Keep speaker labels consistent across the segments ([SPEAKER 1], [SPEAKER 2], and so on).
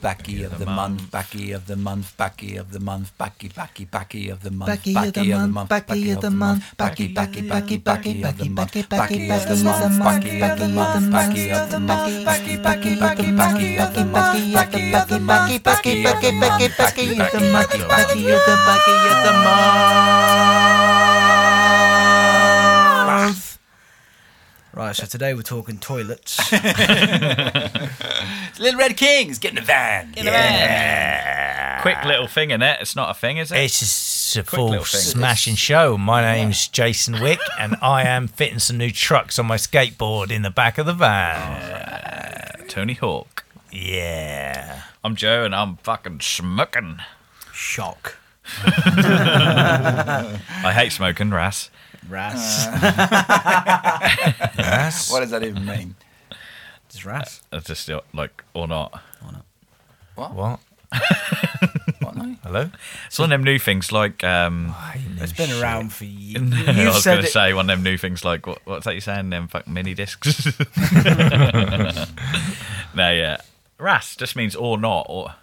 [SPEAKER 1] backy of the month, backy of the month, backy of the month, backy, backy, backy of the month,
[SPEAKER 2] Backy of the month, backy of the month, backy, backy, backy, backy, backy, backy, backy, backy of the month, backy of the month, backy of the month, backy, backy, backy, backy of the month, backy of the month, backy, backy, backy, backy of the month, backy of the backy of the month.
[SPEAKER 3] Right, so today we're talking toilets.
[SPEAKER 1] Little Red Kings, get in the van.
[SPEAKER 4] in the van.
[SPEAKER 5] Quick little thing in it. It's not a thing, is it?
[SPEAKER 6] It's just a
[SPEAKER 5] Quick
[SPEAKER 6] full
[SPEAKER 5] little thing.
[SPEAKER 6] smashing show. My name's Jason Wick, and I am fitting some new trucks on my skateboard in the back of the
[SPEAKER 3] Oh.
[SPEAKER 6] van.
[SPEAKER 5] Tony Hawk.
[SPEAKER 6] Yeah.
[SPEAKER 5] I'm Joe, and I'm fucking smoking.
[SPEAKER 3] Shock.
[SPEAKER 5] I hate smoking, Ras.
[SPEAKER 3] Ras.
[SPEAKER 6] That's
[SPEAKER 1] What does that even mean?
[SPEAKER 3] It's Ras.
[SPEAKER 5] I just uh, like or not.
[SPEAKER 6] what?
[SPEAKER 1] What no?
[SPEAKER 6] Hello?
[SPEAKER 5] It's one of them new things like um.
[SPEAKER 3] It's been around for years.
[SPEAKER 5] I
[SPEAKER 3] You've
[SPEAKER 5] was going
[SPEAKER 3] said
[SPEAKER 5] to
[SPEAKER 3] it.
[SPEAKER 5] say one of them new things like what, what's that you saying? Them fucking mini discs. no, yeah. Ras just means or not or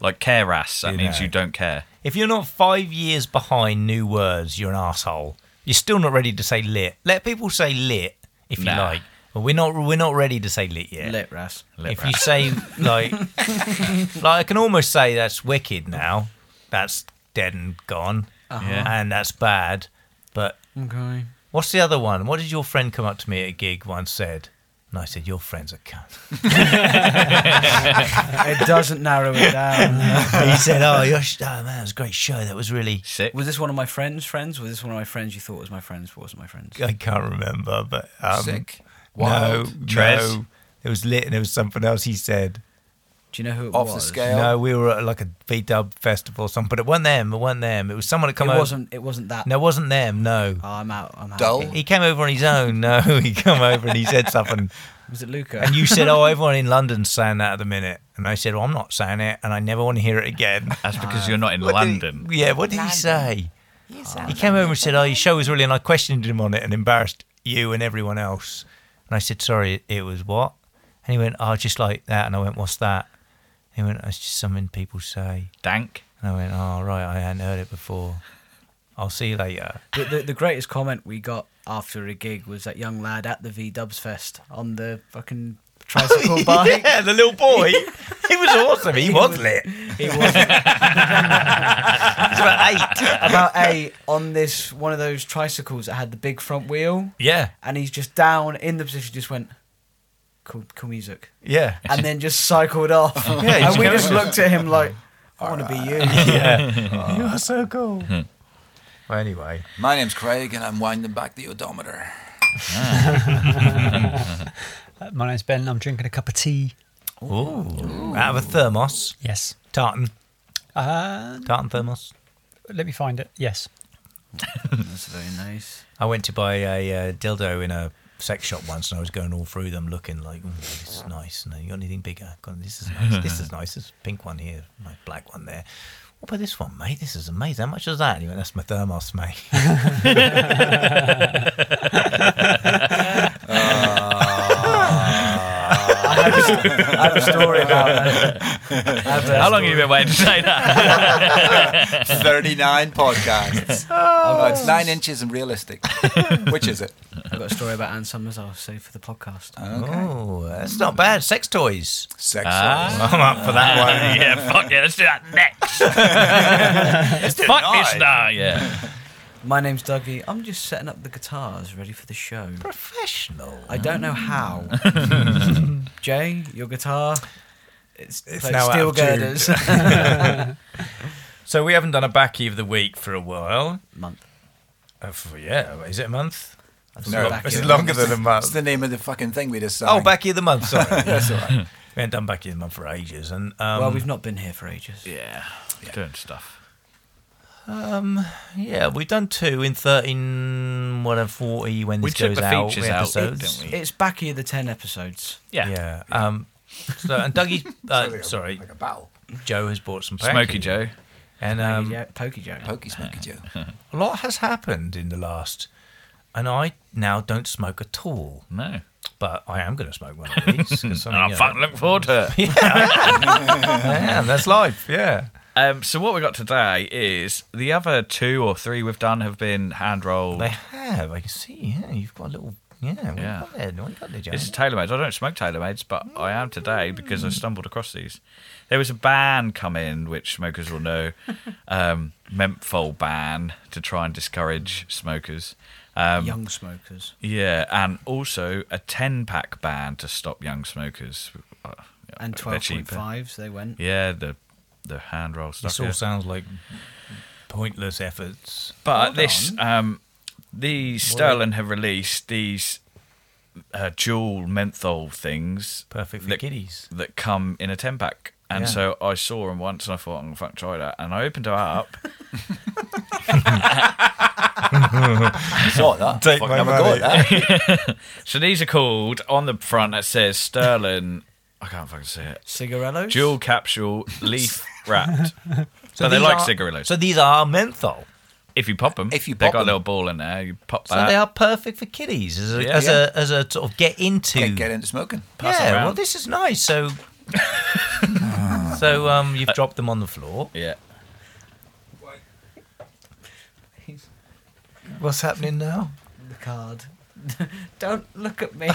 [SPEAKER 5] like care ras. That
[SPEAKER 6] You
[SPEAKER 5] means
[SPEAKER 6] know.
[SPEAKER 5] you don't care.
[SPEAKER 6] If you're not five years behind new words, you're an asshole. You're still not ready to say lit. Let people say lit if you
[SPEAKER 5] Nah.
[SPEAKER 6] like. But we're not we're not ready to say lit yet.
[SPEAKER 3] Lit Ras.
[SPEAKER 5] Lit
[SPEAKER 6] if you say like like I can almost say that's wicked now. That's dead and gone.
[SPEAKER 3] Uh-huh.
[SPEAKER 5] Yeah.
[SPEAKER 6] And that's bad. But
[SPEAKER 3] Okay.
[SPEAKER 6] what's the other one? What did your friend come up to me at a gig once said? And I said, Your friend's a cunt.
[SPEAKER 3] It doesn't narrow it down.
[SPEAKER 6] he said, Oh, your sh- oh man, that was a great show. That was really
[SPEAKER 5] Sick.
[SPEAKER 3] Was this one of my friends' friends? Was this one of my friends you thought was my friends? Wasn't my friends?
[SPEAKER 6] I can't remember, but um,
[SPEAKER 1] Sick.
[SPEAKER 6] No,
[SPEAKER 1] Wild.
[SPEAKER 5] Trez?
[SPEAKER 6] no. It was lit, and it was something else he said.
[SPEAKER 3] Do you know who it
[SPEAKER 1] Off
[SPEAKER 3] was?
[SPEAKER 1] the scale.
[SPEAKER 6] No, we were at like a V Dub festival or something, but it wasn't them. It wasn't them. It was someone that
[SPEAKER 3] It
[SPEAKER 6] come over.
[SPEAKER 3] wasn't. It wasn't that.
[SPEAKER 6] No, it wasn't them. No,
[SPEAKER 3] Oh, I'm out. I'm out.
[SPEAKER 1] Dull.
[SPEAKER 6] he came over on his own. No, he come over and he said something,
[SPEAKER 3] Was it Luca?
[SPEAKER 6] and you said, "Oh, everyone in London's saying that at the minute," and I said, "Well, I'm not saying it, and I never want to hear it again."
[SPEAKER 5] That's because you're not in
[SPEAKER 6] What did he-
[SPEAKER 5] London.
[SPEAKER 6] yeah, what did he
[SPEAKER 4] London.
[SPEAKER 6] say?
[SPEAKER 4] You sound
[SPEAKER 6] He came over and said, "Oh, your show was really," and I questioned him on it and embarrassed you and everyone else. And I said, "Sorry, it was what?" And he went, "Oh, just like that." And I went, "What's that?" And he went, "It's just something people say."
[SPEAKER 5] Dank.
[SPEAKER 6] And I went, "Oh, right, I hadn't heard it before. I'll see you later."
[SPEAKER 3] the, the, the greatest comment we got after a gig was that young lad at the V Dubs Fest on the fucking tricycle bike.
[SPEAKER 6] yeah, the little boy. he was awesome. He was lit.
[SPEAKER 3] He was
[SPEAKER 6] about eight.
[SPEAKER 3] about eight on this one of those tricycles that had the big front wheel,
[SPEAKER 6] Yeah,
[SPEAKER 3] and he's just down in the position, just went cool, cool music,
[SPEAKER 6] yeah,
[SPEAKER 3] and then just cycled off.
[SPEAKER 6] he's
[SPEAKER 3] and we
[SPEAKER 6] going
[SPEAKER 3] just
[SPEAKER 6] with
[SPEAKER 3] looked at him like, I want to be you.
[SPEAKER 6] yeah. Hmm. you are so cool. well, anyway,
[SPEAKER 1] My name's Craig and I'm winding back the odometer.
[SPEAKER 7] Uh, My name's Ben. I'm drinking a cup of tea.
[SPEAKER 6] out of a thermos,
[SPEAKER 7] Yes.
[SPEAKER 6] tartan,
[SPEAKER 7] Uh,
[SPEAKER 6] tartan thermos.
[SPEAKER 7] let me find it. Yes.
[SPEAKER 3] That's very nice.
[SPEAKER 6] I went to buy a uh, dildo in a sex shop once, and I was going all through them, looking like, "Mm, "This is nice." And you got anything bigger? God, this is nice. this is nice. This pink one here, my black one there. What about this one, mate? This is amazing. How much is that? And he went, "That's my thermos, mate."
[SPEAKER 3] I have a story about that. I have a
[SPEAKER 5] How long have you been waiting to say that?
[SPEAKER 1] 39 podcasts. Oh, it's nine inches and realistic. Which is it?
[SPEAKER 3] I've got a story about Anne Summers I'll save for the podcast.
[SPEAKER 6] Oh, that's not bad. Sex toys.
[SPEAKER 1] Sex.
[SPEAKER 6] I'm up for that one.
[SPEAKER 5] yeah, fuck yeah, let's do that next. fuck this now, yeah.
[SPEAKER 3] My name's Dougie. I'm just setting up the guitars ready for the show.
[SPEAKER 6] Professional.
[SPEAKER 3] I don't know how. Jay, your guitar. It's,
[SPEAKER 6] It's
[SPEAKER 3] like
[SPEAKER 6] now out
[SPEAKER 3] steel
[SPEAKER 6] of tune.
[SPEAKER 3] girders.
[SPEAKER 6] So we haven't done a backy of the week for a while.
[SPEAKER 3] Month.
[SPEAKER 6] Uh, for- yeah, is it a month?
[SPEAKER 1] No,
[SPEAKER 3] Back
[SPEAKER 6] Is
[SPEAKER 3] in.
[SPEAKER 6] it longer than a
[SPEAKER 1] That's
[SPEAKER 6] month?
[SPEAKER 1] the name of the fucking thing we just
[SPEAKER 6] Oh,
[SPEAKER 1] sang.
[SPEAKER 6] backy of the month. Sorry, we
[SPEAKER 1] That's all right.
[SPEAKER 6] haven't done backy of the month for ages. And um,
[SPEAKER 3] well, we've not been here for ages.
[SPEAKER 5] Yeah. Doing stuff.
[SPEAKER 6] Um, yeah, we've done two in thirteen, whatever forty when
[SPEAKER 5] We
[SPEAKER 6] this
[SPEAKER 5] took
[SPEAKER 6] goes
[SPEAKER 5] the
[SPEAKER 6] out.
[SPEAKER 5] features
[SPEAKER 6] we
[SPEAKER 5] out,
[SPEAKER 6] episodes.
[SPEAKER 5] didn't we?
[SPEAKER 3] It's back here the ten episodes.
[SPEAKER 5] Yeah.
[SPEAKER 6] Yeah. Um, so and Dougie, uh,
[SPEAKER 1] Like a-
[SPEAKER 6] sorry,
[SPEAKER 1] Like a battle.
[SPEAKER 6] Joe has brought some
[SPEAKER 5] Smoky
[SPEAKER 6] baccy.
[SPEAKER 5] Joe.
[SPEAKER 6] and
[SPEAKER 3] Pokey
[SPEAKER 6] um,
[SPEAKER 3] Jo- Pokey Joe.
[SPEAKER 1] Pokey Smoky Joe.
[SPEAKER 6] a lot has happened in the last, and I now don't smoke at all.
[SPEAKER 5] No.
[SPEAKER 6] But I am going to smoke one of these. 'cause
[SPEAKER 5] And
[SPEAKER 6] something,
[SPEAKER 5] I'm
[SPEAKER 6] you know,
[SPEAKER 5] fucking looking forward to it.
[SPEAKER 6] yeah, that's life. Yeah.
[SPEAKER 5] Um, so what we got today is the other two or three we've done have been hand rolled.
[SPEAKER 6] They have. I can see. Yeah, you've got a little. Yeah. What
[SPEAKER 5] Yeah.
[SPEAKER 6] you got there? What you got there, James?
[SPEAKER 5] This is TaylorMade's. I don't smoke TaylorMade's, but I am today because I stumbled across these. There was a ban come in, which smokers will know, um, menthol ban to try and discourage smokers. Um,
[SPEAKER 3] Young smokers.
[SPEAKER 5] Yeah, and also a 10 pack ban to stop young smokers. Uh,
[SPEAKER 3] And
[SPEAKER 5] they're cheaper.
[SPEAKER 3] 12.5s, they went.
[SPEAKER 5] Yeah, the the hand roll stuff.
[SPEAKER 6] This all
[SPEAKER 5] yeah.
[SPEAKER 6] sounds like pointless efforts.
[SPEAKER 5] But
[SPEAKER 3] Hold
[SPEAKER 5] this, um, these Sterling have released these uh, dual menthol things
[SPEAKER 6] Perfect for
[SPEAKER 5] Look-
[SPEAKER 6] kiddies.
[SPEAKER 5] that come in a ten pack. And
[SPEAKER 6] Yeah.
[SPEAKER 5] so I saw them once, and I thought, "I'm gonna fuck try that." And I opened it up.
[SPEAKER 1] Saw that.
[SPEAKER 6] Take
[SPEAKER 1] Fucking
[SPEAKER 6] my
[SPEAKER 1] have a go
[SPEAKER 6] money.
[SPEAKER 1] at that.
[SPEAKER 5] so these are called on the front. It says Sterling. I can't fucking say it.
[SPEAKER 3] Cigarellos?
[SPEAKER 5] Dual capsule leaf wrapped.
[SPEAKER 6] So
[SPEAKER 5] but they
[SPEAKER 6] these
[SPEAKER 5] like
[SPEAKER 6] are-
[SPEAKER 5] cigarillos.
[SPEAKER 6] So these are menthol.
[SPEAKER 5] if you pop them,
[SPEAKER 1] If you
[SPEAKER 5] they
[SPEAKER 1] pop
[SPEAKER 5] got a
[SPEAKER 1] 'em.
[SPEAKER 5] little ball in there. You pop
[SPEAKER 6] So
[SPEAKER 5] that.
[SPEAKER 6] they are perfect for kiddies as a,
[SPEAKER 5] Uh, Yeah.
[SPEAKER 6] as, a as a sort of get into.
[SPEAKER 1] Get, get into smoking.
[SPEAKER 5] Pass them
[SPEAKER 6] yeah.
[SPEAKER 5] around.
[SPEAKER 6] Well, this is nice. So. so um, you've dropped them on the floor.
[SPEAKER 5] Yeah.
[SPEAKER 6] What's happening now?
[SPEAKER 3] The card. Don't look at me.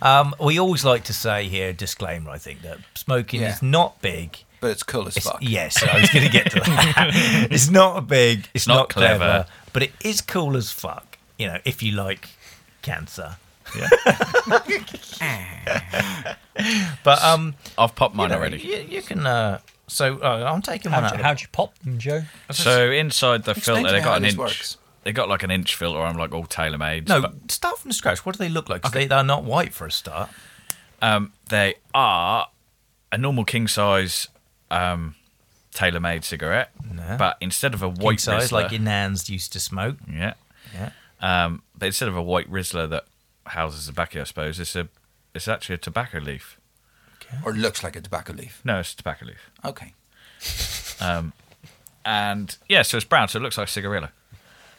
[SPEAKER 6] Um, we always like to say here a disclaimer. I think that smoking
[SPEAKER 1] Yeah.
[SPEAKER 6] is not big.
[SPEAKER 1] But it's cool as
[SPEAKER 6] It's-
[SPEAKER 1] fuck.
[SPEAKER 6] Yes, I was going to get to that. it's not big. It's,
[SPEAKER 5] not
[SPEAKER 6] not,
[SPEAKER 5] clever.
[SPEAKER 6] clever, but it is cool as fuck. You know, if you like cancer. but um,
[SPEAKER 5] I've popped
[SPEAKER 6] you
[SPEAKER 5] mine
[SPEAKER 6] know,
[SPEAKER 5] already.
[SPEAKER 6] You, you can. Uh, so uh, I'm taking one.
[SPEAKER 7] How'd
[SPEAKER 6] Out.
[SPEAKER 7] you,
[SPEAKER 6] of-
[SPEAKER 7] how'd you pop them, Joe?
[SPEAKER 5] So inside the
[SPEAKER 1] Explain
[SPEAKER 5] filter,
[SPEAKER 1] to
[SPEAKER 5] they
[SPEAKER 1] me
[SPEAKER 5] got
[SPEAKER 1] how
[SPEAKER 5] an
[SPEAKER 1] this
[SPEAKER 5] inch.
[SPEAKER 1] works.
[SPEAKER 5] They got like an inch filter. I'm like all tailor made.
[SPEAKER 6] no, start from scratch. What do they look like? 'Cause they, they're not white for a start.
[SPEAKER 5] um, they are a normal king size um, tailor made cigarette,
[SPEAKER 6] No.
[SPEAKER 5] but instead of a
[SPEAKER 6] White
[SPEAKER 5] white
[SPEAKER 6] size,
[SPEAKER 5] Rizzler,
[SPEAKER 6] like your nans used to smoke.
[SPEAKER 5] yeah,
[SPEAKER 6] Yeah.
[SPEAKER 5] um, but instead of a white Rizzler that houses tobacco, I suppose it's a it's actually a tobacco leaf.
[SPEAKER 1] Or looks like a tobacco leaf.
[SPEAKER 5] No, it's a tobacco leaf,
[SPEAKER 1] Okay.
[SPEAKER 5] and yeah, so it's brown, so it looks like a cigarillo.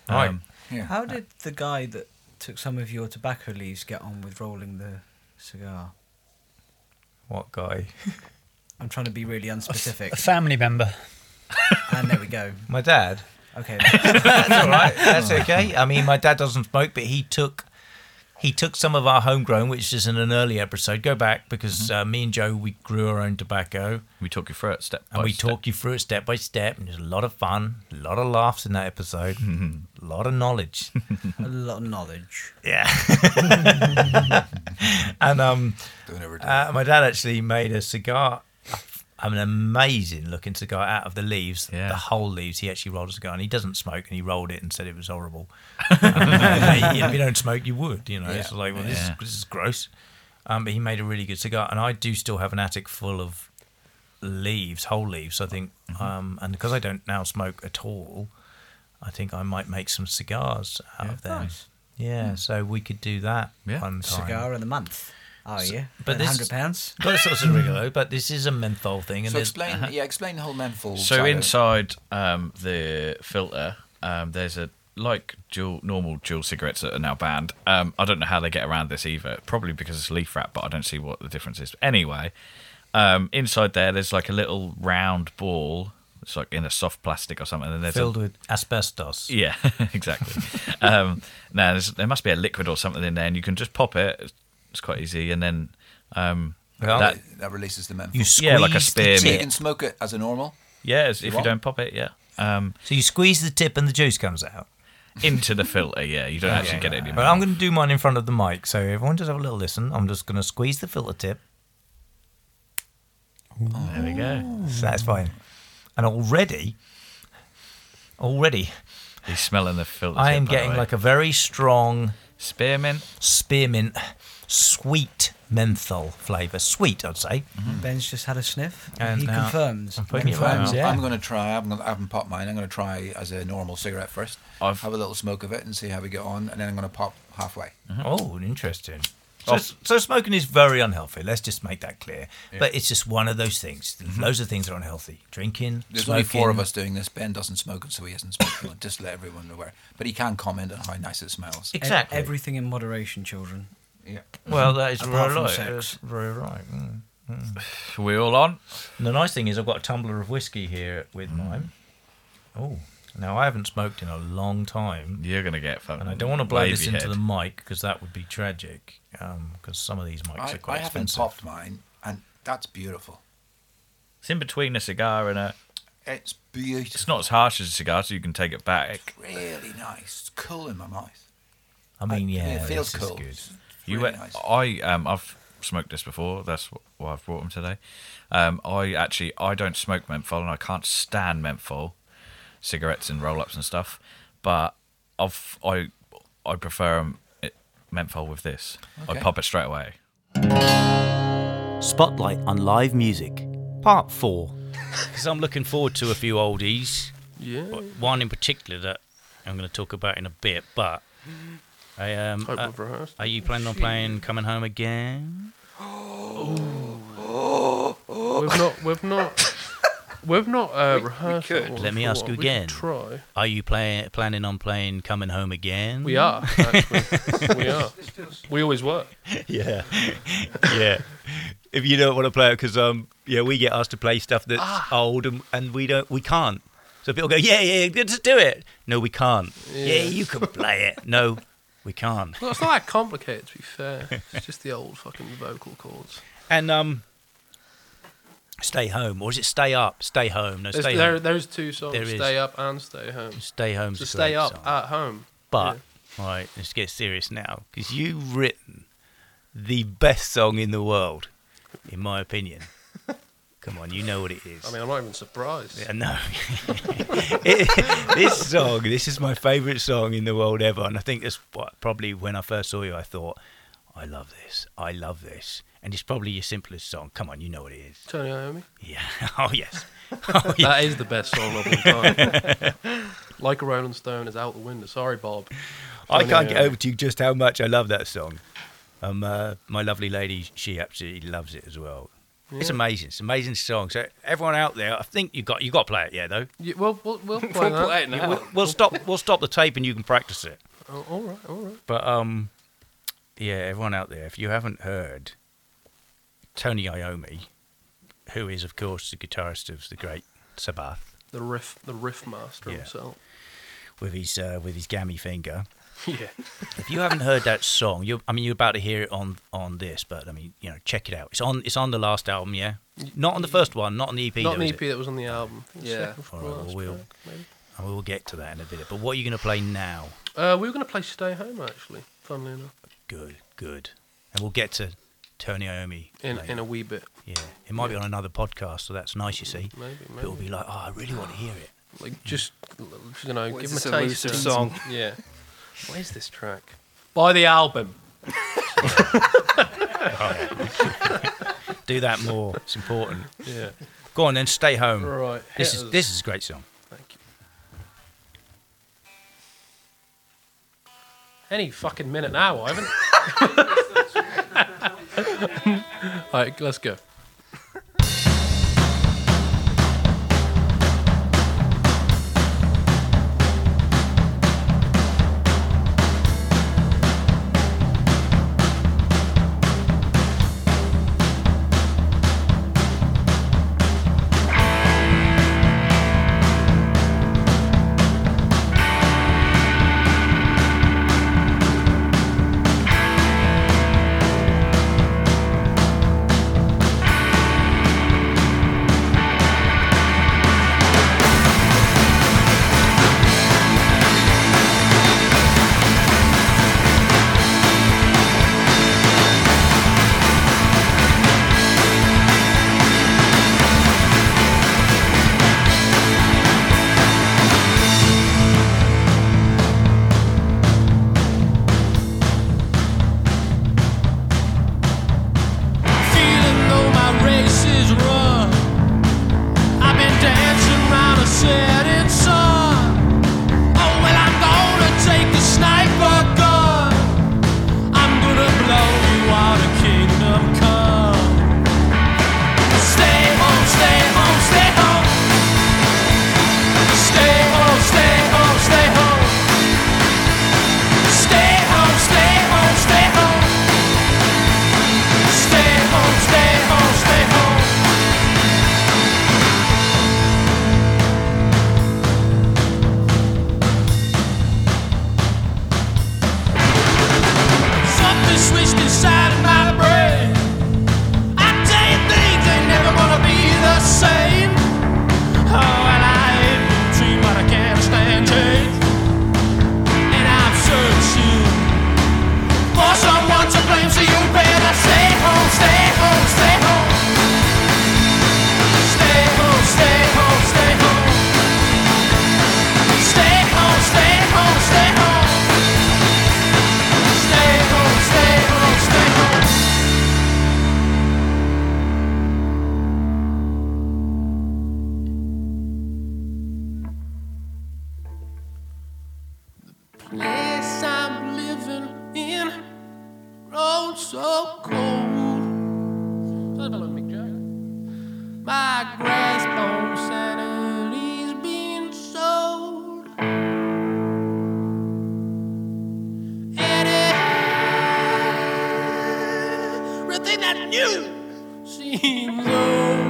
[SPEAKER 6] Right.
[SPEAKER 5] Um,
[SPEAKER 6] Ah.
[SPEAKER 1] Yeah.
[SPEAKER 3] How did the guy that took some of your tobacco leaves get on with rolling the cigar?
[SPEAKER 6] What guy?
[SPEAKER 3] I'm trying to be really
[SPEAKER 7] A
[SPEAKER 3] unspecific.
[SPEAKER 7] family member.
[SPEAKER 3] and there we go.
[SPEAKER 6] My dad.
[SPEAKER 3] Okay.
[SPEAKER 6] That's all right. That's okay. I mean, my dad doesn't smoke, but he took he took some of our homegrown, which is in an early episode. Go back because
[SPEAKER 5] Mm-hmm.
[SPEAKER 6] uh, me and Joe we grew our own tobacco,
[SPEAKER 5] we talk you through it step
[SPEAKER 6] and
[SPEAKER 5] by
[SPEAKER 6] we
[SPEAKER 5] step.
[SPEAKER 6] talk you through it step by step. And there's a lot of fun, a lot of laughs in that episode,
[SPEAKER 5] Mm-hmm.
[SPEAKER 6] a lot of knowledge.
[SPEAKER 3] A lot of knowledge.
[SPEAKER 6] Yeah. and um,
[SPEAKER 1] Don't ever do
[SPEAKER 6] uh, my dad actually made a cigar. An amazing looking cigar out of the leaves,
[SPEAKER 5] Yeah.
[SPEAKER 6] the whole leaves. He actually rolled a cigar, and he doesn't smoke, and he rolled it and said it was horrible. And if you don't smoke, you would. You know, it's
[SPEAKER 1] Yeah.
[SPEAKER 6] like, well, this,
[SPEAKER 5] Yeah.
[SPEAKER 6] is, this is gross. Um, but he made a really good cigar, and I do still have an attic full of leaves, whole leaves. I think, um, and because I don't now smoke at all, I think I might make some cigars out of them.
[SPEAKER 3] Nice.
[SPEAKER 6] Yeah, so we could do that
[SPEAKER 5] Yeah.
[SPEAKER 6] one time.
[SPEAKER 3] Cigar of the month. Oh, yeah.
[SPEAKER 6] but
[SPEAKER 3] But
[SPEAKER 6] this-
[SPEAKER 3] hundred pounds.
[SPEAKER 6] But it's also regular, but this is a menthol thing,
[SPEAKER 1] that.
[SPEAKER 6] and uh-huh.
[SPEAKER 1] So
[SPEAKER 6] there's-
[SPEAKER 1] explain, yeah, explain the whole menthol.
[SPEAKER 5] So
[SPEAKER 1] side of it.
[SPEAKER 5] inside um, the filter, um, there's a like dual normal dual cigarettes that are now banned. Um, I don't know how they get around this either. Probably because it's leaf wrap, but I don't see what the difference is. Anyway, um, inside there, there's like a little round ball. It's like in a soft plastic or something, and there's a
[SPEAKER 6] filled with asbestos.
[SPEAKER 5] yeah, exactly. um, now there's, there must be a liquid or something in there, and you can just pop it. It's quite easy, and then um,
[SPEAKER 6] Well,
[SPEAKER 5] that
[SPEAKER 1] that, releases the menthol.
[SPEAKER 6] You squeeze
[SPEAKER 5] Yeah, like a
[SPEAKER 6] the
[SPEAKER 5] spearmint.
[SPEAKER 1] so you
[SPEAKER 6] tip.
[SPEAKER 1] can smoke it as a normal.
[SPEAKER 5] yeah, if you
[SPEAKER 1] want?
[SPEAKER 5] don't pop it, yeah, um,
[SPEAKER 6] So you squeeze the tip, and the juice comes out.
[SPEAKER 5] into the filter. Yeah, you don't actually get it in your
[SPEAKER 6] But I'm going to do mine in front of the mic, so everyone just have a little listen. I'm just going to squeeze the filter tip.
[SPEAKER 5] There we go.
[SPEAKER 6] So that's
[SPEAKER 5] Mm.
[SPEAKER 6] fine. And already, already,
[SPEAKER 5] He's smelling the filter.
[SPEAKER 6] I am getting like a very strong
[SPEAKER 5] spearmint.
[SPEAKER 6] spearmint, sweet menthol flavour. Sweet, I'd say.
[SPEAKER 3] Ben's just had a sniff.
[SPEAKER 6] Mm. And
[SPEAKER 3] And he
[SPEAKER 6] now-
[SPEAKER 3] confirms.
[SPEAKER 6] I'm putting it
[SPEAKER 7] Confirms,
[SPEAKER 6] round.
[SPEAKER 7] yeah.
[SPEAKER 1] I'm going to try. I'm gonna, I haven't popped mine. I'm going to try as a normal cigarette 1st
[SPEAKER 5] I've-
[SPEAKER 1] Mm. have a little smoke of it and see how we get on, and then I'm going to pop halfway.
[SPEAKER 6] Oh, interesting.
[SPEAKER 8] So, so smoking is very unhealthy. Let's just make that clear. But it's just one of those things. Loads of things are unhealthy. Drinking,
[SPEAKER 1] Mm-hmm. There's
[SPEAKER 8] smoking.
[SPEAKER 1] only four of us doing this. Ben doesn't smoke, so he isn't smoking. Just let everyone know where. But he can comment on how nice it smells.
[SPEAKER 8] Exactly.
[SPEAKER 3] everything in moderation, children.
[SPEAKER 1] Yeah.
[SPEAKER 8] well, that is
[SPEAKER 3] Apart
[SPEAKER 8] very
[SPEAKER 3] from
[SPEAKER 8] right.
[SPEAKER 3] sex.
[SPEAKER 8] That's very right. Mm.
[SPEAKER 5] we all on?
[SPEAKER 8] And the nice thing is, I've got a tumbler of whiskey here with
[SPEAKER 1] Mm.
[SPEAKER 8] mine. Oh, now I haven't smoked in a long time,
[SPEAKER 5] You're gonna get fucked.
[SPEAKER 8] and I don't want to blow this
[SPEAKER 5] baby
[SPEAKER 8] into the
[SPEAKER 5] head.
[SPEAKER 8] mic because that would be tragic. Because some of these mics
[SPEAKER 1] I,
[SPEAKER 8] are quite
[SPEAKER 1] I haven't
[SPEAKER 8] expensive.
[SPEAKER 1] popped mine, and that's beautiful.
[SPEAKER 5] It's in between a cigar and a.
[SPEAKER 1] It's beautiful.
[SPEAKER 5] It's not as harsh as a cigar, so you can take it back.
[SPEAKER 1] really nice. It's cool in my mouth.
[SPEAKER 8] I mean, yeah,
[SPEAKER 1] it feels
[SPEAKER 8] this is
[SPEAKER 1] cool.
[SPEAKER 8] good.
[SPEAKER 1] It's
[SPEAKER 5] You
[SPEAKER 1] really
[SPEAKER 5] went-
[SPEAKER 1] nice.
[SPEAKER 5] I um I've smoked this before. That's wh- why I've brought them today. Um, I actually I don't smoke menthol and I can't stand menthol cigarettes and roll ups and stuff. But I've I I prefer 'em, it, menthol with this.
[SPEAKER 1] Okay.
[SPEAKER 5] I pop it straight away.
[SPEAKER 6] Spotlight on Live Music, Part 4. Because I'm looking forward to a few oldies.
[SPEAKER 9] Yeah.
[SPEAKER 6] but One in particular that I'm going to talk about in a bit, but. I, um,
[SPEAKER 9] Hope
[SPEAKER 6] uh,
[SPEAKER 9] we've rehearsed.
[SPEAKER 6] are you planning on playing Coming Home Again?
[SPEAKER 9] We've not. We've not. We've not uh, rehearsed. that one
[SPEAKER 6] Let me
[SPEAKER 9] for a
[SPEAKER 6] ask you
[SPEAKER 9] while. We could
[SPEAKER 6] again.
[SPEAKER 9] Try.
[SPEAKER 6] Are you play, planning on playing Coming Home Again?
[SPEAKER 9] We are. Actually. we are. We always were.
[SPEAKER 6] Yeah. yeah. If you don't want to play it, because um, yeah, we get asked to play stuff that's
[SPEAKER 9] Ah.
[SPEAKER 6] old and, and we don't, we can't. So people go, yeah, yeah, yeah, just do it. No, we can't. Yeah, you can play it. No, we can't.
[SPEAKER 9] Well, it's not that complicated, to be fair. It's just the old fucking vocal chords.
[SPEAKER 6] And um, stay home, or is it stay up? Stay home. No,
[SPEAKER 9] There's,
[SPEAKER 6] stay
[SPEAKER 9] there,
[SPEAKER 6] home.
[SPEAKER 9] there's two songs:
[SPEAKER 6] There is.
[SPEAKER 9] "Stay Up" and "Stay Home."
[SPEAKER 6] Stay home.
[SPEAKER 9] So "Stay Up" uh, at home.
[SPEAKER 6] But all right, let's get serious now, because you've written the best song in the world, in my opinion. Come on, you know what it is.
[SPEAKER 9] I mean, I'm not even surprised.
[SPEAKER 6] Yeah, no. It- this song, this is my favourite song in the world ever. And I think that's what, probably when I first saw you, I thought, I love this. I love this. And it's probably your simplest song. Come on, you know what it is.
[SPEAKER 9] Tony Iommi.
[SPEAKER 6] Yeah. Oh, yes. Oh, yeah.
[SPEAKER 9] That is the best song of all time. like a Rolling Stone is out the window. Sorry, Bob.
[SPEAKER 6] I
[SPEAKER 9] Tony
[SPEAKER 6] can't get
[SPEAKER 9] Iommi.
[SPEAKER 6] over to you just how much I love that song. Um, uh, my lovely lady, she absolutely loves it as well. It's amazing. It's an amazing song. So everyone out there, I think you got you got to play it. Yeah, though.
[SPEAKER 9] Yeah, well, we'll, we'll play We'll that. play it
[SPEAKER 6] We'll, we'll stop. We'll stop the tape, and you can practice it.
[SPEAKER 9] Oh, all right, all right.
[SPEAKER 6] But um, yeah, everyone out there, if you haven't heard Tony Iommi, who is of course the guitarist of the great Sabbath
[SPEAKER 9] The riff, the riff master
[SPEAKER 6] Yeah.
[SPEAKER 9] himself.
[SPEAKER 6] with his uh, with his gammy finger,
[SPEAKER 9] Yeah.
[SPEAKER 6] if you haven't heard that song, you I mean you're about to hear it on on this, but I mean you know check it out. It's on it's on the last album, yeah. Not on the first one, not on the EP.
[SPEAKER 9] Not
[SPEAKER 6] though,
[SPEAKER 9] an
[SPEAKER 6] is
[SPEAKER 9] EP
[SPEAKER 6] it?
[SPEAKER 9] that was on E the album. I think
[SPEAKER 1] Yeah.
[SPEAKER 9] second from
[SPEAKER 6] All right,
[SPEAKER 9] last
[SPEAKER 6] well, we'll-
[SPEAKER 9] track, maybe.
[SPEAKER 6] And we'll get to that in a bit. But what are you going to play now?
[SPEAKER 9] Uh, we were going to play "Stay Home" actually. Funnily enough,
[SPEAKER 6] Good, good. And we'll get to Tony Iommi.
[SPEAKER 9] in
[SPEAKER 6] later.
[SPEAKER 9] in a wee bit,
[SPEAKER 6] yeah, it might be on another podcast, so that's nice. You see,
[SPEAKER 9] maybe.
[SPEAKER 6] people will
[SPEAKER 9] Maybe.
[SPEAKER 6] be like, "Oh, I really want to hear it."
[SPEAKER 9] Like just l- you know,
[SPEAKER 10] What
[SPEAKER 9] give
[SPEAKER 10] is
[SPEAKER 9] him a
[SPEAKER 10] this
[SPEAKER 9] taste.
[SPEAKER 10] elusive
[SPEAKER 9] and-
[SPEAKER 10] song?
[SPEAKER 9] Yeah. Where's this track? Buy the album.
[SPEAKER 6] Do that more. It's important.
[SPEAKER 9] Yeah.
[SPEAKER 6] Go on then, stay home.
[SPEAKER 9] Right.
[SPEAKER 6] This
[SPEAKER 9] hit
[SPEAKER 6] is
[SPEAKER 9] us.
[SPEAKER 6] this is a great song.
[SPEAKER 9] Thank you. Any fucking minute now, Ivan. Alright, let's go.
[SPEAKER 11] Thank
[SPEAKER 12] Oh, Oh, price on Saturday's being sold and everything that new seems old.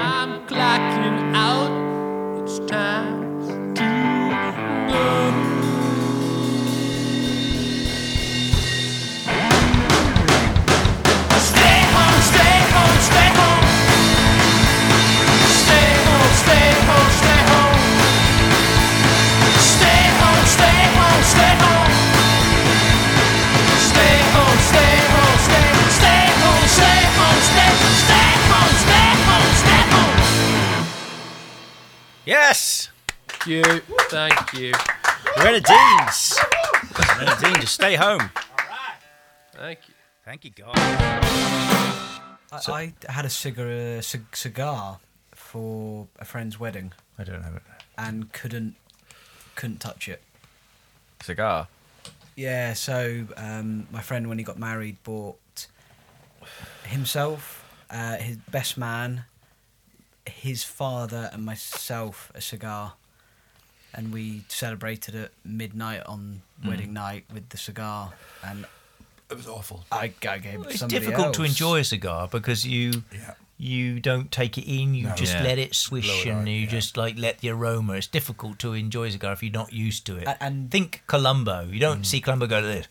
[SPEAKER 12] I'm clocking out. It's time to go. Stay home, stay home, stay home. Stay home, stay home, stay home. Stay home, stay home, stay home. Stay home, stay home, stay stay home, stay home, stay stay home, stay home, stay home.
[SPEAKER 4] Yes,
[SPEAKER 9] You, thank you,
[SPEAKER 4] Grenadines. Grenadines, just stay home.
[SPEAKER 9] thank you.
[SPEAKER 4] Thank you, God.
[SPEAKER 3] I, I had a cigar, a cig- cigar for a friend's wedding
[SPEAKER 6] I don't have it.
[SPEAKER 3] and couldn't couldn't touch it.
[SPEAKER 5] Cigar.
[SPEAKER 3] Yeah, so um, my friend, when he got married, bought himself, uh, his best man, his father, and myself a cigar. And we celebrated at midnight on
[SPEAKER 6] Hmm.
[SPEAKER 3] wedding night with the cigar. And
[SPEAKER 1] It was awful.
[SPEAKER 3] I, I gave it to
[SPEAKER 6] It's
[SPEAKER 3] somebody
[SPEAKER 6] difficult to
[SPEAKER 3] else.
[SPEAKER 6] enjoy a cigar because you
[SPEAKER 1] Yeah.
[SPEAKER 6] you don't take it in. You
[SPEAKER 1] No.
[SPEAKER 6] just
[SPEAKER 5] Yeah.
[SPEAKER 6] let it swish
[SPEAKER 1] Blow it
[SPEAKER 6] and
[SPEAKER 1] out,
[SPEAKER 6] you
[SPEAKER 1] yeah.
[SPEAKER 6] just like let the aroma. It's difficult to enjoy a cigar if you're not used to it.
[SPEAKER 3] A- and-
[SPEAKER 6] think Colombo. You don't see Colombo go to this.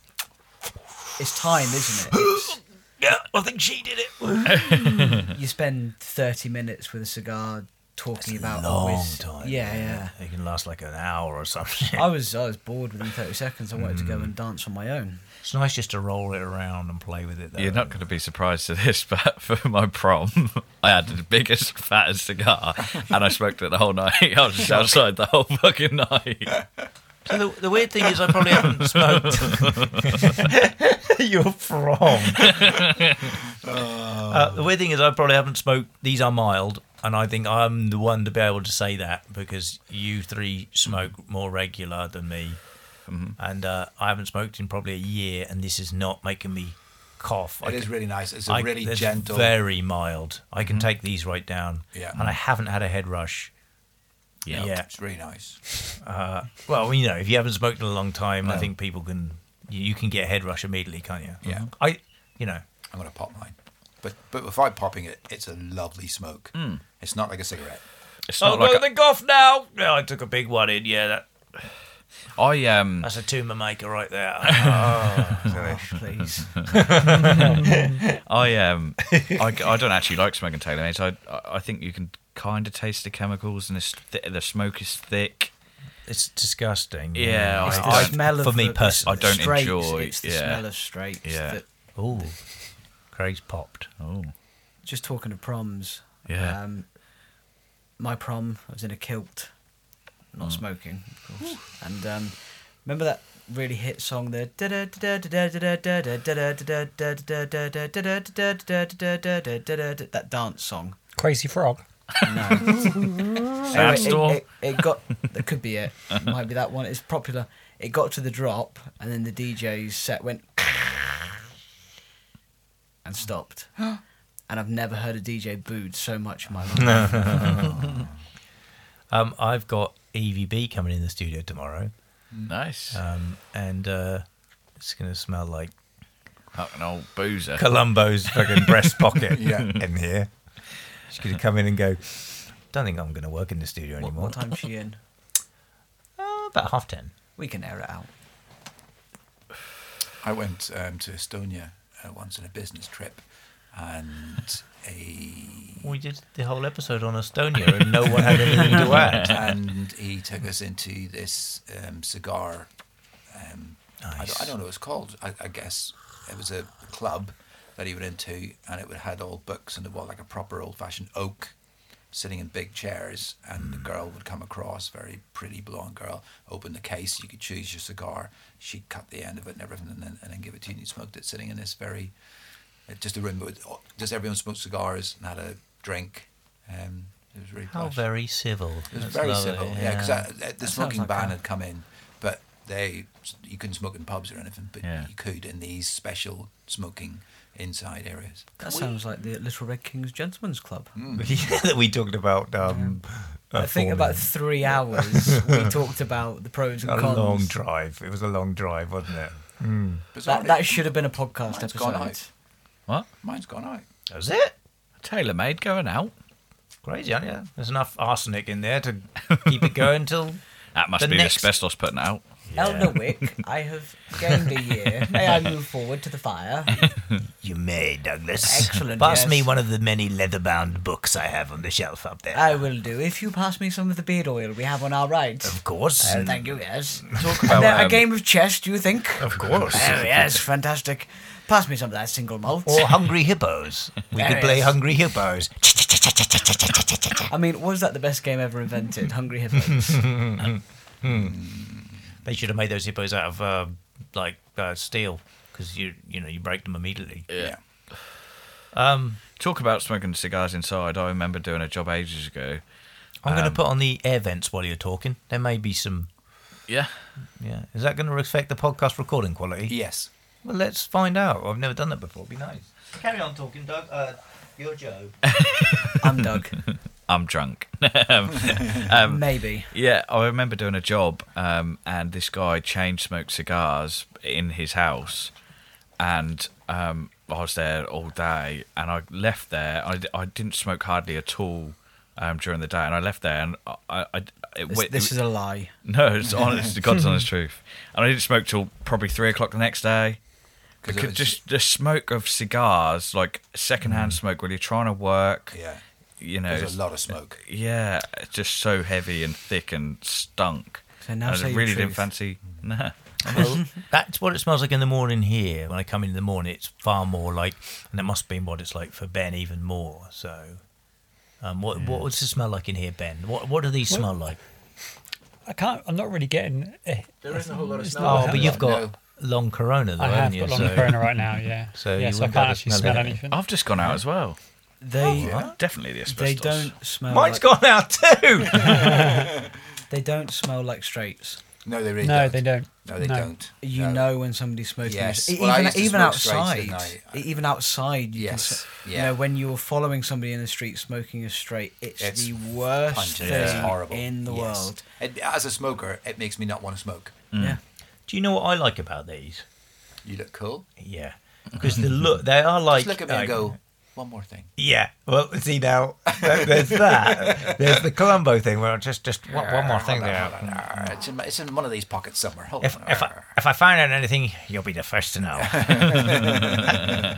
[SPEAKER 3] It's time, isn't it?
[SPEAKER 6] Yeah, I think she did it.
[SPEAKER 3] you spend 30 minutes with a cigar talking about
[SPEAKER 6] Long
[SPEAKER 3] always-
[SPEAKER 6] time.
[SPEAKER 3] Yeah, yeah.
[SPEAKER 6] It can last like an hour or something.
[SPEAKER 3] I was I was bored within 30 seconds. I wanted to go
[SPEAKER 6] Hmm.
[SPEAKER 3] and dance on my own.
[SPEAKER 6] It's nice just to roll it around and play with it. Though.
[SPEAKER 5] You're not going to be surprised to this, but for my prom, I had the biggest, fattest cigar and I smoked it the whole night. I was just outside the whole fucking night.
[SPEAKER 6] So the, the weird thing is, I probably haven't smoked. You're from. Uh, the weird thing is, I probably haven't smoked. These are mild, and I think I'm the one to be able to say that because you three smoke more regular than me,
[SPEAKER 1] Mm-hmm.
[SPEAKER 6] and uh, I haven't smoked in probably a year, and this is not making me cough. I
[SPEAKER 1] It is
[SPEAKER 6] can-
[SPEAKER 1] really nice. It's a
[SPEAKER 6] I-
[SPEAKER 1] really
[SPEAKER 6] it's
[SPEAKER 1] gentle. Mm-hmm.
[SPEAKER 6] very mild. I can take these right down,
[SPEAKER 1] Yeah.
[SPEAKER 6] and I haven't had a head rush.
[SPEAKER 5] Yeah.
[SPEAKER 6] Yeah,
[SPEAKER 1] It's really nice.
[SPEAKER 6] well, you know, if you haven't smoked in a long time, I
[SPEAKER 1] No.
[SPEAKER 6] think people can you, you can get a head rush immediately, can't you? Mm-hmm.
[SPEAKER 1] Yeah.
[SPEAKER 6] I, you know,
[SPEAKER 1] I'm gonna pop mine. But but without popping it, it's a lovely smoke. It's not like a cigarette.
[SPEAKER 5] It's not like.
[SPEAKER 6] the golf now. Yeah, I took a big one in. Yeah, that,
[SPEAKER 5] I, I, um,
[SPEAKER 6] that's a tumor maker right there. Oh,
[SPEAKER 3] Gosh, please.
[SPEAKER 5] I um I, I don't actually like smoking tailor-mades. I I think you can kind of taste the chemicals and it's th- the smoke is thick.
[SPEAKER 6] it's disgusting.
[SPEAKER 5] Yeah,
[SPEAKER 3] It's the
[SPEAKER 5] I-
[SPEAKER 3] smell of
[SPEAKER 6] for me
[SPEAKER 3] the-
[SPEAKER 6] personally.
[SPEAKER 5] I don't
[SPEAKER 3] straights,
[SPEAKER 5] enjoy-
[SPEAKER 3] It's the
[SPEAKER 5] yeah.
[SPEAKER 3] smell of straights.
[SPEAKER 5] Yeah.
[SPEAKER 3] that-
[SPEAKER 6] Ooh, Craig's popped.
[SPEAKER 5] Oh,
[SPEAKER 3] just talking of proms.
[SPEAKER 5] Yeah.
[SPEAKER 3] Um, my prom, I was in a kilt, not smoking, of course. And um, remember that really hit song there? That dance song.
[SPEAKER 7] Crazy Frog.
[SPEAKER 3] Anyway,
[SPEAKER 5] Sandstorm?
[SPEAKER 3] it, it, it got that could be it. It Might be that one. It's popular. It got to the drop, and then the DJ's set went and stopped. And I've never heard a DJ booed so much in my life.
[SPEAKER 6] Um, I've got EVB coming in the studio tomorrow,
[SPEAKER 5] nice.
[SPEAKER 6] um, and uh, it's gonna smell like
[SPEAKER 5] Fucking old boozer.
[SPEAKER 6] Columbo's fucking breast pocket.
[SPEAKER 1] Yeah.
[SPEAKER 6] in here, she's gonna come in and go. Don't think I'm gonna work in the studio
[SPEAKER 3] What,
[SPEAKER 6] anymore.
[SPEAKER 3] what time's she in?
[SPEAKER 6] Uh, about half ten.
[SPEAKER 3] We can air it out.
[SPEAKER 1] I went um, to Estonia uh, once on a business trip, and a
[SPEAKER 6] We did the whole episode on Estonia, and no one had anything to add.
[SPEAKER 1] and he took us into this um, cigar. Um, I, don't, I
[SPEAKER 6] Nice.
[SPEAKER 1] don't know what it's called. I, I guess it was a club that he went into, and it would had all books and it was like a proper old-fashioned oak, sitting in big chairs, and
[SPEAKER 6] Hmm.
[SPEAKER 1] the girl would come across, very pretty blonde girl, open the case. You could choose your cigar. She'd cut the end of it and everything, and then and then give it to you, and you smoked it sitting in this very, uh, just a room with just everyone smoked cigars and had a drink. Um, it was really
[SPEAKER 6] How
[SPEAKER 1] plush.
[SPEAKER 6] very civil.
[SPEAKER 1] It was
[SPEAKER 6] That's
[SPEAKER 1] very
[SPEAKER 6] lovely,
[SPEAKER 1] civil, yeah, because the
[SPEAKER 3] sounds
[SPEAKER 1] smoking
[SPEAKER 3] like
[SPEAKER 1] ban
[SPEAKER 3] a-
[SPEAKER 1] had come in, but they you couldn't smoke in pubs or anything, but
[SPEAKER 5] Yeah.
[SPEAKER 1] you could in these special smoking inside areas.
[SPEAKER 3] That sounds like the Little Red King's Gentlemen's Club.
[SPEAKER 6] yeah, that we talked about. Um, uh,
[SPEAKER 3] mm. I think
[SPEAKER 6] four
[SPEAKER 3] about
[SPEAKER 6] minutes.
[SPEAKER 3] three hours we talked about the pros and
[SPEAKER 6] a
[SPEAKER 3] cons.
[SPEAKER 6] long drive. It was a long drive, wasn't it?
[SPEAKER 1] Bizarrely,
[SPEAKER 3] that, that should have been a podcast
[SPEAKER 1] Mine's
[SPEAKER 3] episode.
[SPEAKER 1] gone out.
[SPEAKER 5] What?
[SPEAKER 1] Mine's gone out.
[SPEAKER 6] That was it.
[SPEAKER 5] Tailor made going out.
[SPEAKER 6] Crazy, aren't you? There's enough arsenic in there to keep it going till.
[SPEAKER 5] That must
[SPEAKER 6] The
[SPEAKER 5] be
[SPEAKER 6] next-
[SPEAKER 5] the asbestos putting it out.
[SPEAKER 3] Elder Wick, I have gained a year. May I move forward to the fire?
[SPEAKER 6] You may, Douglas.
[SPEAKER 3] Excellent,
[SPEAKER 6] Pass
[SPEAKER 3] yes.
[SPEAKER 6] me one of the many leather-bound books I have on the shelf up there.
[SPEAKER 3] I will do. If you pass me some of the beard oil we have on our right.
[SPEAKER 6] of course.
[SPEAKER 3] Uh, thank you, yes.
[SPEAKER 5] Talk
[SPEAKER 3] And
[SPEAKER 5] about
[SPEAKER 3] then a
[SPEAKER 5] um,
[SPEAKER 3] game of chess, do you think?
[SPEAKER 6] Of course.
[SPEAKER 3] Oh, yes, fantastic. Pass me some of that single malt.
[SPEAKER 6] or Hungry Hippos. We could
[SPEAKER 3] There
[SPEAKER 6] play
[SPEAKER 3] is.
[SPEAKER 6] Hungry Hippos.
[SPEAKER 3] I mean, was that the best game ever invented? Hungry Hippos.
[SPEAKER 6] They should have made those hippos out of uh, like uh, steel because you you know you break them immediately.
[SPEAKER 1] Yeah.
[SPEAKER 6] Um,
[SPEAKER 5] Talk about smoking cigars inside. I remember doing a job ages ago.
[SPEAKER 6] I'm going to
[SPEAKER 5] Um,
[SPEAKER 6] put on the air vents while you're talking. There may be some.
[SPEAKER 5] Yeah.
[SPEAKER 6] Yeah, is that going to affect the podcast recording quality?
[SPEAKER 1] Yes.
[SPEAKER 6] Well, let's find out. I've never done that before. It'd be nice. Carry on talking, Doug. Uh, you're Joe.
[SPEAKER 3] I'm Doug.
[SPEAKER 5] I'm drunk.
[SPEAKER 6] Um,
[SPEAKER 3] Maybe.
[SPEAKER 5] Yeah, I remember doing a job, um, and this guy chain smoked cigars in his house, and um, I was there all day, and I left there. I, I didn't smoke hardly at all um, during the day, and I left there, and I, I it,
[SPEAKER 3] This,
[SPEAKER 5] went-
[SPEAKER 3] this is a lie.
[SPEAKER 5] no, it's honest, to God's honest truth, and I didn't smoke till probably three o'clock the next day.
[SPEAKER 1] 'Cause it
[SPEAKER 5] Because
[SPEAKER 1] was-
[SPEAKER 5] just the smoke of cigars, like secondhand smoke, when you're trying to work,
[SPEAKER 1] Yeah.
[SPEAKER 5] you know,
[SPEAKER 1] There's
[SPEAKER 5] it's-
[SPEAKER 1] a lot of smoke.
[SPEAKER 5] yeah, it's just so heavy and thick and stunk.
[SPEAKER 3] So now
[SPEAKER 5] And
[SPEAKER 3] say
[SPEAKER 5] I
[SPEAKER 3] your
[SPEAKER 5] really didn't
[SPEAKER 3] truth.
[SPEAKER 5] fancy. Nah.
[SPEAKER 6] Well, that's what it smells like in the morning here. When I come in the morning, it's far more like, and it must be what it's like for Ben even more. So, um, what what does it smell like in here, Ben? What what do these smell like?
[SPEAKER 7] I can't. I'm not really getting. eh,
[SPEAKER 9] There isn't a whole lot of
[SPEAKER 7] It's
[SPEAKER 9] smell.
[SPEAKER 7] not-
[SPEAKER 6] Oh,
[SPEAKER 7] I
[SPEAKER 6] but
[SPEAKER 7] have
[SPEAKER 6] you've
[SPEAKER 1] got-
[SPEAKER 6] got long Corona, though,
[SPEAKER 7] I have
[SPEAKER 6] haven't you?
[SPEAKER 7] got long
[SPEAKER 6] So-
[SPEAKER 7] corona right now. Yeah.
[SPEAKER 6] Oh, So
[SPEAKER 7] yeah,
[SPEAKER 6] you
[SPEAKER 7] so
[SPEAKER 6] wouldn't
[SPEAKER 7] I
[SPEAKER 6] be
[SPEAKER 7] can't
[SPEAKER 6] able to
[SPEAKER 7] actually
[SPEAKER 6] smell
[SPEAKER 7] smell
[SPEAKER 6] it.
[SPEAKER 7] anything.
[SPEAKER 5] I've just gone out as well.
[SPEAKER 3] They
[SPEAKER 5] Definitely the asbestos.
[SPEAKER 3] they don't smell.
[SPEAKER 6] Oh, Mine's
[SPEAKER 3] like,
[SPEAKER 6] gone out too.
[SPEAKER 3] They don't smell like straights.
[SPEAKER 1] No, they really
[SPEAKER 7] No,
[SPEAKER 1] don't.
[SPEAKER 7] they don't.
[SPEAKER 1] No, they
[SPEAKER 7] No.
[SPEAKER 1] don't.
[SPEAKER 3] You
[SPEAKER 1] No.
[SPEAKER 3] know when somebody's smoking.
[SPEAKER 1] Yes.
[SPEAKER 3] this. E-
[SPEAKER 1] Well, I
[SPEAKER 3] even
[SPEAKER 1] used to
[SPEAKER 3] even
[SPEAKER 1] smoke straights,
[SPEAKER 3] outside.
[SPEAKER 1] didn't I?
[SPEAKER 3] e- Even outside. You
[SPEAKER 1] Yes,
[SPEAKER 3] Can, s-
[SPEAKER 1] yeah.
[SPEAKER 3] You know when you're following somebody in the street smoking a straight, it's,
[SPEAKER 1] It's
[SPEAKER 3] the worst
[SPEAKER 1] Pungent.
[SPEAKER 3] thing
[SPEAKER 1] It's horrible.
[SPEAKER 3] in the
[SPEAKER 1] Yes.
[SPEAKER 3] world.
[SPEAKER 1] And as a smoker, it makes me not want to smoke.
[SPEAKER 3] Yeah.
[SPEAKER 6] Do you know what I like about these?
[SPEAKER 1] You look cool.
[SPEAKER 6] Yeah, because the look they are like.
[SPEAKER 1] Just look at me
[SPEAKER 6] like-
[SPEAKER 1] and go, one more thing.
[SPEAKER 6] Yeah. Well, see now, there's that. There's the Columbo thing where I just just one, one more thing there.
[SPEAKER 1] Arr, It's in, my- it's in one of these pockets somewhere. Hold
[SPEAKER 6] If,
[SPEAKER 1] on.
[SPEAKER 6] if, I,
[SPEAKER 1] Arr.
[SPEAKER 6] if I find out anything, you'll be the first to know.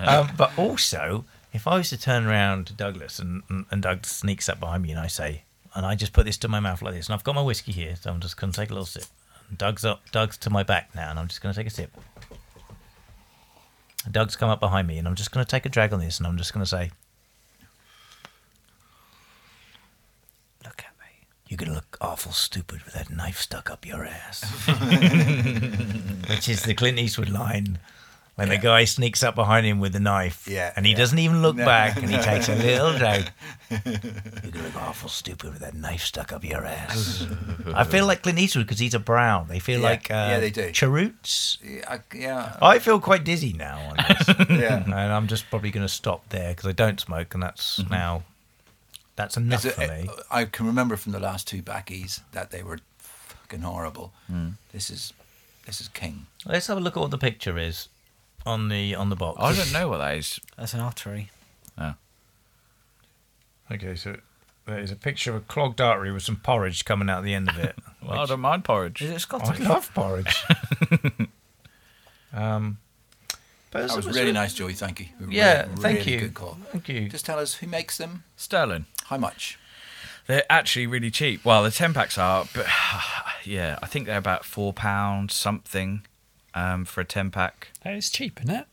[SPEAKER 6] um, but also, if I was to turn around to Douglas and, and, and Doug sneaks up behind me and I say, and I just put this to my mouth like this, and I've got my whiskey here, so I'm just going to take a little sip. And Doug's up, Doug's to my back now, and I'm just going to take a sip. And Doug's come up behind me, and I'm just going to take a drag on this, and I'm just going to say,
[SPEAKER 3] Look at me.
[SPEAKER 6] You're going to look awful stupid with that knife stuck up your ass. Which is the Clint Eastwood line. When the guy sneaks up behind him with the knife,
[SPEAKER 1] Yeah,
[SPEAKER 6] and he
[SPEAKER 1] yeah.
[SPEAKER 6] doesn't even look
[SPEAKER 1] No.
[SPEAKER 6] back, and he takes a little drag. You're gonna look awful stupid with that knife stuck up your ass. I feel like Clint Eastwood because he's a brown. They feel
[SPEAKER 1] Yeah.
[SPEAKER 6] like uh,
[SPEAKER 1] Yeah, they do.
[SPEAKER 6] Cheroots.
[SPEAKER 1] Yeah, I- yeah,
[SPEAKER 6] I feel quite dizzy now on this,
[SPEAKER 1] yeah.
[SPEAKER 6] and I'm just probably going to stop there because I don't smoke, and that's now that's enough
[SPEAKER 1] Mm-hmm. Is it-
[SPEAKER 6] for me.
[SPEAKER 1] I can remember from the last two backies that they were fucking horrible.
[SPEAKER 6] Hmm.
[SPEAKER 1] This is this is king.
[SPEAKER 6] Let's have a look at what the picture is on the on the box.
[SPEAKER 5] I don't know what that is.
[SPEAKER 3] That's an artery.
[SPEAKER 6] Okay, so there is a picture of a clogged artery with some porridge coming out the end of it.
[SPEAKER 5] Well, I don't mind porridge.
[SPEAKER 3] Is it
[SPEAKER 6] I
[SPEAKER 3] Scottish?
[SPEAKER 6] love porridge. um, but
[SPEAKER 1] That was really nice, Joey. Thank you. A
[SPEAKER 6] Yeah,
[SPEAKER 1] really,
[SPEAKER 6] thank
[SPEAKER 1] really
[SPEAKER 6] you.
[SPEAKER 1] Good call.
[SPEAKER 6] Thank you.
[SPEAKER 1] Just tell us who makes them,
[SPEAKER 5] Sterling.
[SPEAKER 1] how much.
[SPEAKER 5] They're actually really cheap. Well, the ten packs are, but yeah, I think they're about four pounds something um, for a ten pack.
[SPEAKER 7] That is cheap, isn't it?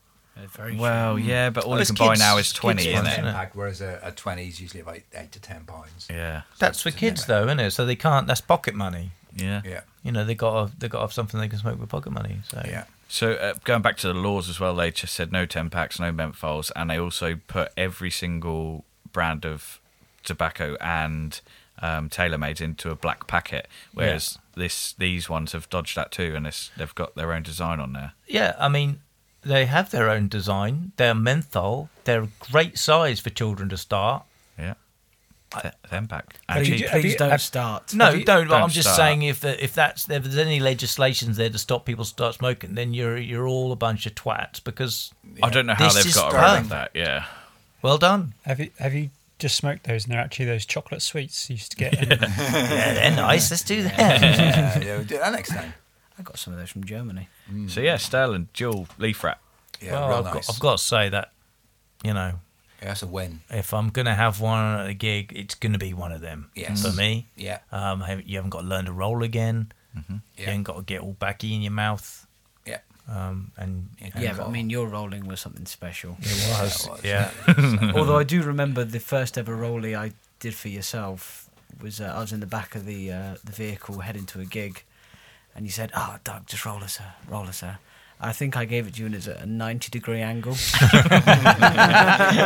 [SPEAKER 3] Very
[SPEAKER 5] Well, yeah, but all
[SPEAKER 6] Well,
[SPEAKER 5] you
[SPEAKER 6] it's
[SPEAKER 5] can buy
[SPEAKER 6] kids-
[SPEAKER 5] now is twenty,
[SPEAKER 6] kids
[SPEAKER 5] isn't
[SPEAKER 6] ones,
[SPEAKER 5] it?
[SPEAKER 6] isn't it?
[SPEAKER 1] whereas a, a 20 is usually about 8 to 10 pounds.
[SPEAKER 5] Yeah,
[SPEAKER 6] That's for kids though, isn't it? So they can't. That's pocket money.
[SPEAKER 5] yeah,
[SPEAKER 1] Yeah,
[SPEAKER 6] You know, they got to, they got to have something they can smoke with pocket money. So
[SPEAKER 1] yeah.
[SPEAKER 5] So uh, going back to the laws as well, they just said no ten packs, no menthols, and they also put every single brand of tobacco and um, tailor made into a black packet, whereas this these ones have dodged that too, and it's, they've got their own design on there.
[SPEAKER 6] Yeah, I mean, they have their own design. They're menthol. They're a great size for children to start.
[SPEAKER 5] Yeah, Th- them back.
[SPEAKER 3] Please,
[SPEAKER 5] Actually,
[SPEAKER 7] have
[SPEAKER 3] please
[SPEAKER 7] you-
[SPEAKER 3] don't
[SPEAKER 7] have-
[SPEAKER 3] start.
[SPEAKER 6] No, don't.
[SPEAKER 5] don't
[SPEAKER 6] I'm just
[SPEAKER 5] start.
[SPEAKER 6] saying if the, if that's if there's any legislations there to stop people start smoking, then you're you're all a bunch of twats because
[SPEAKER 5] I don't know how
[SPEAKER 6] This
[SPEAKER 5] they've
[SPEAKER 6] is
[SPEAKER 5] got around
[SPEAKER 6] done.
[SPEAKER 5] that. Yeah,
[SPEAKER 6] well done.
[SPEAKER 7] Have you have you just smoked those? And they're actually those chocolate sweets you used to get. in
[SPEAKER 6] Yeah, they're nice. Let's do that.
[SPEAKER 1] yeah, yeah, we'll do that next time.
[SPEAKER 3] I got some of those from Germany.
[SPEAKER 6] Hmm.
[SPEAKER 5] so yeah, Sterling dual leaf wrap.
[SPEAKER 1] Yeah,
[SPEAKER 6] well,
[SPEAKER 1] real
[SPEAKER 6] I've,
[SPEAKER 1] nice.
[SPEAKER 6] got, I've got to say that you know
[SPEAKER 1] yeah, that's a win.
[SPEAKER 6] if I'm gonna have one at a gig, it's gonna be one of them.
[SPEAKER 1] Yes.
[SPEAKER 6] for me.
[SPEAKER 1] Yeah,
[SPEAKER 6] Um, have- you haven't got to learn to roll again.
[SPEAKER 5] Mm-hmm.
[SPEAKER 6] You
[SPEAKER 1] Yeah.
[SPEAKER 6] haven't got to get all backy in your mouth.
[SPEAKER 1] yeah.
[SPEAKER 6] Um, and
[SPEAKER 1] Yeah,
[SPEAKER 6] and
[SPEAKER 3] Yeah, but I mean, your rolling was something special.
[SPEAKER 6] it was,
[SPEAKER 1] was,
[SPEAKER 6] yeah.
[SPEAKER 3] Although I do remember the first ever rollie I did for yourself was uh, I was in the back of the uh, the vehicle heading to a gig, and you said, "Oh, Doug, just roll us, sir, roll us, sir." I think I gave it to you and it's at a ninety degree angle.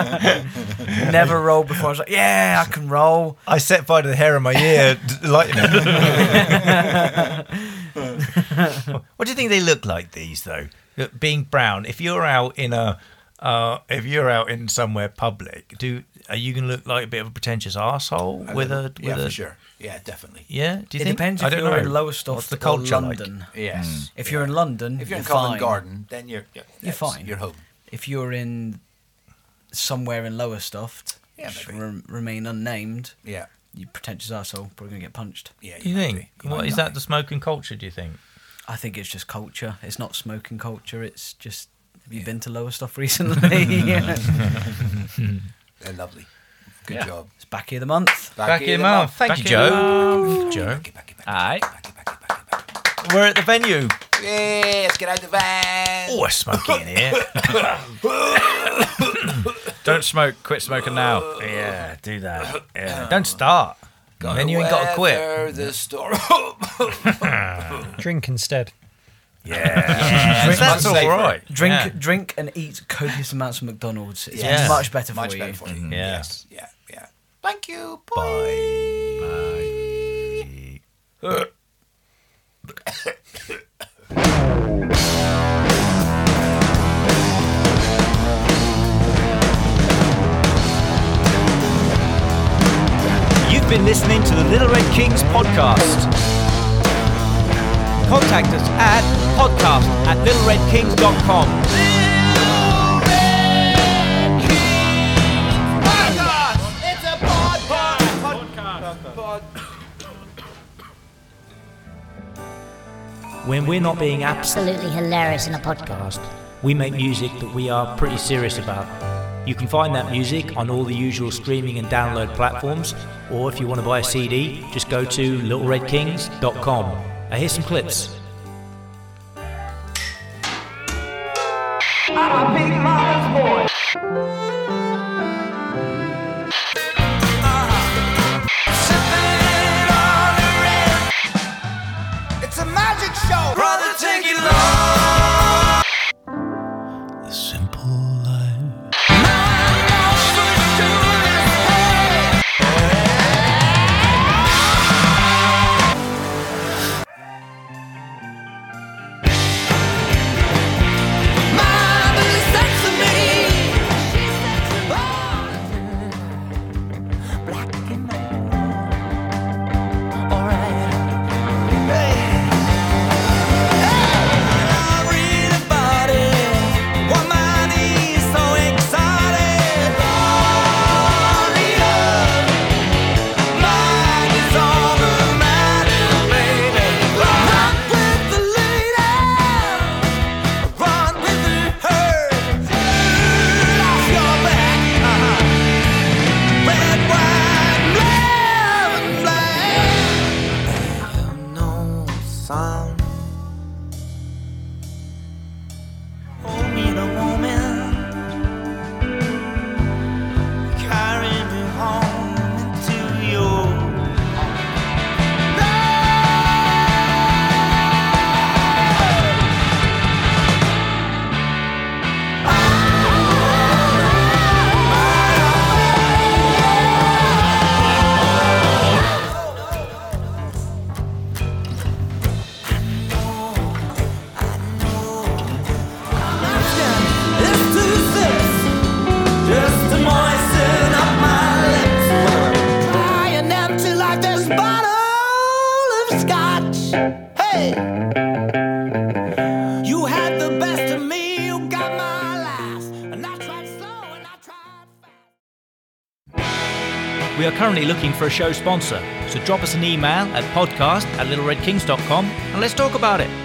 [SPEAKER 3] Never rolled before. I was like, "Yeah, I can roll."
[SPEAKER 6] I set fire to the hair in my ear, lightning. what do you think they look like these though? Look, Being brown, if you're out in a, uh, if you're out in somewhere public, do are you gonna look like a bit of a pretentious asshole with a with
[SPEAKER 1] yeah,
[SPEAKER 6] a
[SPEAKER 1] for sure. Yeah, definitely.
[SPEAKER 6] yeah? Do you
[SPEAKER 3] It
[SPEAKER 6] think?
[SPEAKER 3] depends
[SPEAKER 6] I
[SPEAKER 3] if
[SPEAKER 6] don't
[SPEAKER 3] you're
[SPEAKER 6] know.
[SPEAKER 3] in Lowestoft
[SPEAKER 6] What's the
[SPEAKER 3] or
[SPEAKER 6] culture like?
[SPEAKER 3] London.
[SPEAKER 1] Yes.
[SPEAKER 6] Hmm.
[SPEAKER 3] If you're in London,
[SPEAKER 1] If you're in
[SPEAKER 3] fine.
[SPEAKER 1] Covent Garden, then you're you're,
[SPEAKER 3] You're
[SPEAKER 1] that's-
[SPEAKER 3] fine.
[SPEAKER 1] You're home.
[SPEAKER 3] if you're in somewhere in Lowestoft,
[SPEAKER 1] Yeah,
[SPEAKER 3] which
[SPEAKER 1] maybe.
[SPEAKER 3] rem- remain unnamed,
[SPEAKER 1] Yeah,
[SPEAKER 3] you pretentious arsehole, probably gonna get punched.
[SPEAKER 1] yeah.
[SPEAKER 6] You
[SPEAKER 1] might
[SPEAKER 6] think?
[SPEAKER 1] be. You
[SPEAKER 6] What
[SPEAKER 1] might
[SPEAKER 6] is
[SPEAKER 1] not
[SPEAKER 6] that?
[SPEAKER 1] be.
[SPEAKER 6] The smoking culture? Do you think?
[SPEAKER 3] I think it's just culture. It's not smoking culture. It's just have you been to Lowestoft recently? Yeah.
[SPEAKER 1] They're lovely. Good
[SPEAKER 5] Yeah.
[SPEAKER 1] job.
[SPEAKER 3] It's back here the month.
[SPEAKER 1] Back,
[SPEAKER 6] in the mouth. Thank
[SPEAKER 5] Back
[SPEAKER 6] you,
[SPEAKER 5] in
[SPEAKER 6] Joe. Joe,
[SPEAKER 1] Backy, backy, backy,
[SPEAKER 5] Aye.
[SPEAKER 1] backy, backy, backy, backy.
[SPEAKER 6] we're at the venue.
[SPEAKER 1] Yeah, let's get out the van.
[SPEAKER 6] Oh, it's smoky in here.
[SPEAKER 5] Don't smoke. Quit smoking now.
[SPEAKER 6] yeah, do that. Yeah. Don't start. then you ain't got to quit.
[SPEAKER 1] Weather The storm.
[SPEAKER 7] it. Drink instead.
[SPEAKER 6] Yeah, that's all right.
[SPEAKER 3] Drink,
[SPEAKER 6] Yeah.
[SPEAKER 3] drink, and eat copious amounts of McDonald's. It's
[SPEAKER 1] Yes.
[SPEAKER 3] much better for
[SPEAKER 1] Much
[SPEAKER 3] you.
[SPEAKER 1] better for you.
[SPEAKER 6] Yeah.
[SPEAKER 1] Yes. Yeah. Yeah. Thank you. Bye.
[SPEAKER 4] You've been listening to the Little Red Kings podcast. Contact us at podcast at littleredkings.com.
[SPEAKER 13] When we're not being absolute,
[SPEAKER 14] absolutely hilarious in a podcast.
[SPEAKER 13] we make music that we are pretty serious about. You can find that music on all the usual streaming and download platforms, or if you want to buy a CD, just go to littleredkings.com. Now here's some clips.
[SPEAKER 12] It's a magic show. Brother, take it low.
[SPEAKER 5] We are currently looking for a show sponsor, so drop us an email at podcast at littleredkings.com and let's talk about it.